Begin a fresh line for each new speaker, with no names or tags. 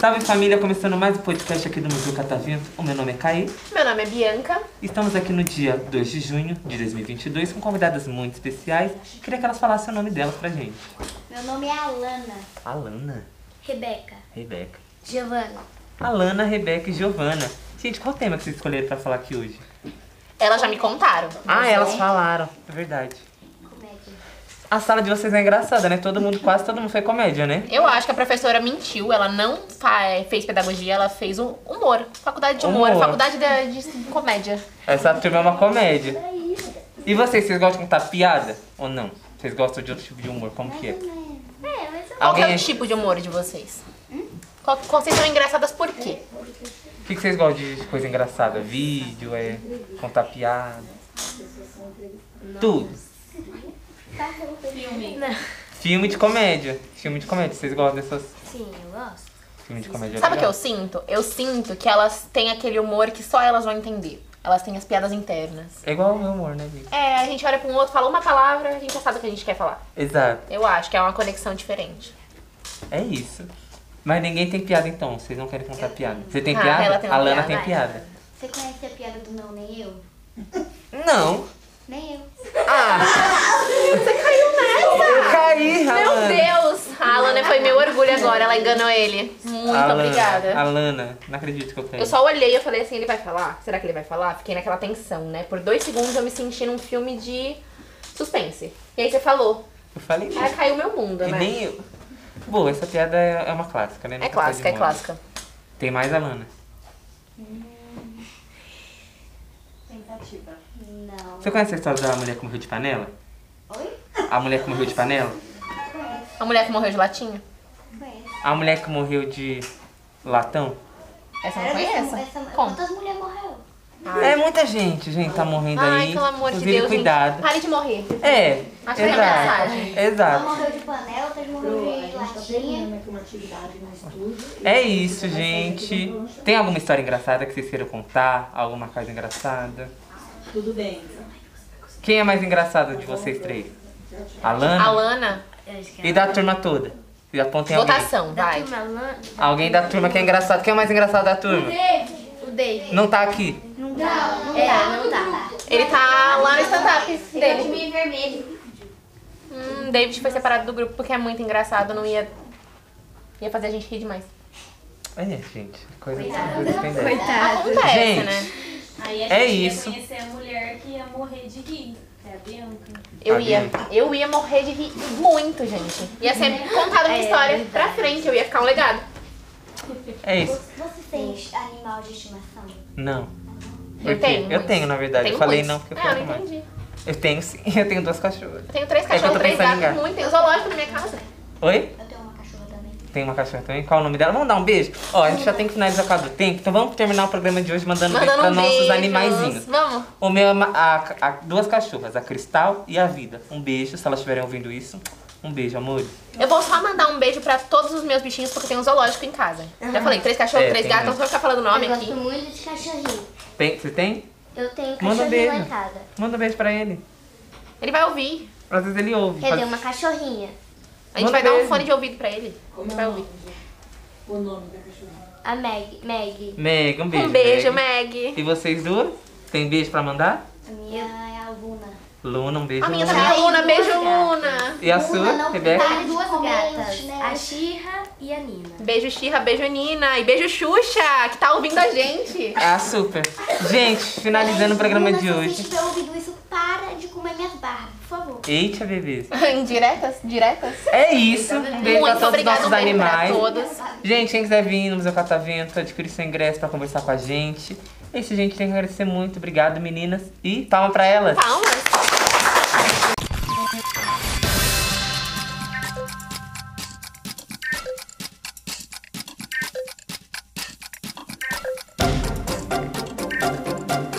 Salve família, começando mais um podcast aqui do Museu Catavento. O meu nome é Caí.
Meu nome é Bianca.
Estamos aqui no dia 2 de junho de 2022 com convidadas muito especiais. Queria que elas falassem o nome delas pra gente.
Meu nome é Alana.
Alana,
Rebeca.
Rebeca.
Giovana.
Alana, Rebeca e Giovana. Gente, qual tema que vocês escolheram pra falar aqui hoje?
Elas já me contaram.
Ah, elas falaram. É verdade.
Comédia.
A sala de vocês é engraçada, né? Todo mundo, quase todo mundo foi comédia, né?
Eu acho que a professora mentiu. Ela não fa- eh, fez pedagogia, ela fez o humor. Faculdade de humor,
Humor.
faculdade de, de comédia.
Essa turma é uma comédia.
É isso.
E vocês, vocês gostam de contar piada ou não? Vocês gostam de outro tipo de humor? Como que é?
É, mas eu...
Qual que é
Alguém-
o tipo de humor de vocês? Qual, qual- vocês são engraçadas por quê?
O que, que vocês gostam de coisa engraçada? Vídeo, é contar piada. Tudo.
Filme.
Filme de comédia. Filme de comédia. Vocês gostam dessas
Sim, eu gosto.
filmes de comédia?
Sabe o que eu
É legal?
sinto? Eu sinto que elas têm aquele humor que só elas vão entender. Elas têm as piadas internas.
É igual o meu humor, né, Vitor?
É, a gente olha pra um outro, fala uma palavra, a gente já sabe o que a gente quer falar.
Exato.
Eu acho que é uma conexão diferente.
É isso. Mas ninguém tem piada então. Vocês não querem contar piada. Você tem
Ah,
piada?
ela tem uma
a Lana
piada,
tem
vai.
piada.
Você conhece a piada do não nem eu?
Não.
Nem eu.
Ah, Eu caí,
Meu
Alana.
Deus! A Alana foi meu orgulho agora, ela enganou ele. Muito
Alana,
obrigada.
Alana, não acredito que eu caí.
Eu só olhei e falei assim, ele vai falar? Será que ele vai falar? Fiquei naquela tensão, né? Por dois segundos eu me senti num filme de suspense. E aí você falou.
Eu falei isso.
Aí caiu meu mundo,
E
né?
nem eu. Bom, essa piada é é uma clássica, né?
É
Nunca sai de
clássica, é
moda.
clássica.
Tem mais Alana.
Tentativa. Não.
Você conhece a história da mulher que morreu de panela?
Oi?
A mulher que morreu de panela?
Conheço.
A mulher que morreu de latinha?
Conheço.
A mulher que morreu de latão?
Essa eu não
Era
conheço.
dessa- essa-
Conta.
Quantas mulheres morreram?
É muita gente, gente, tá morrendo
Ai,
aí.
pelo amor de
Inclusive,
Deus, gente.
cuidado.
Pare de morrer.
É,
Acho que é
exato.
mensagem.
Uma
Exato.
morreu de panela, outras morreu de latinha.
aqui uma atividade no estúdio.
É isso, gente. Tem alguma história engraçada que vocês queiram contar? Alguma coisa engraçada?
Tudo bem.
Quem é mais engraçado de vocês três? Alana?
Alana,
Eu esqueci.
E da turma toda? E apontem alguém.
votação, vai.
Alguém da turma que é engraçado. Quem é o mais engraçado da turma?
O David.
Não tá aqui.
Não, não dá, não dá.
É, Ele tá lá no stand-up
Ficou
dele.
de meio vermelho.
Hum, David foi separado do grupo porque é muito engraçado, não ia. ia fazer a gente rir demais.
Olha, É, gente. Coisa que vocês têm ideia.
Acontece,
Gente.
né?
Aí a
É
gente ia
isso.
conhecer a mulher que ia morrer de gay, que é a Bianca.
Eu
Tá
ia,
vendo?
eu ia morrer de rir muito, gente. Ia ser contada uma história pra frente, eu ia ficar um legado.
É isso.
Você você tem animal de estimação?
Não. Por
Eu
quê?
tenho.
Eu tenho, na verdade.
Tenho
eu falei
muitos.
não porque eu
Ah,
quero
eu não
mais.
entendi.
Eu tenho sim, eu tenho duas cachorras.
Eu tenho três
que eu tô
cachorros, três
pensando em
gatos,
gato.
muito. Tem zoológico na minha casa.
Oi?
Eu tenho uma cachorra também.
Tem uma cachorra também? Qual o nome dela? Vamos dar um beijo? Ó, a gente já tem que finalizar por causa do tempo, então vamos terminar o programa de hoje mandando,
Mandando
beijo
um
pra nossos
beijo.
animaizinhos.
Vamos.
O meu é ma- a- a- duas cachorras, a Cristal e a Vida. Um beijo, se elas estiverem ouvindo isso. Um beijo, amor.
Eu vou só mandar um beijo pra todos os meus bichinhos, porque tem um zoológico em casa. Já falei, três cachorros,
É,
três
tem
gatos, não
muito.
vou ficar falando nome
eu
aqui.
gosto muito de cachorrinho.
Tem, você tem?
Eu tenho
Manda um
cachorrinho
beijo.
lá em casa.
Manda um beijo pra ele.
Ele vai ouvir.
Às vezes ele ouve.
Quer dizer, uma cachorrinha.
A gente
Manda
vai dar
beijo.
um fone de ouvido pra ele. Ele vai ouvir.
é O nome da cachorra.
A Meg. Meg.
Meg, um beijo.
Um beijo,
Meg.
Meg.
E vocês duas? Tem beijo pra mandar?
A minha é a Luna.
Luna, um beijo.
A minha
Luna.
também é Luna,
Ai,
beijo
duas
Luna.
E a sua, Rebeca?
tá
Tem duas gatas. né?
A Xirra e a Nina.
Beijo Xirra, beijo Nina e beijo Xuxa, que tá ouvindo a gente.
É a super. Gente, finalizando o programa de
Se você
hoje.
estiver ouvindo isso, para de comer minhas barbas, por favor.
Eita, bebês.
Indiretas? Diretas?
É isso. Um beijo pra
Muito
todos os
obrigada,
nossos
um beijo pra
animais.
todos.
Gente, quem quiser vir no Museu Catavento, adquirir seu ingresso É pra conversar com a gente. Esse gente tem que agradecer muito. Obrigado, meninas. E palma pra elas.
Palmas.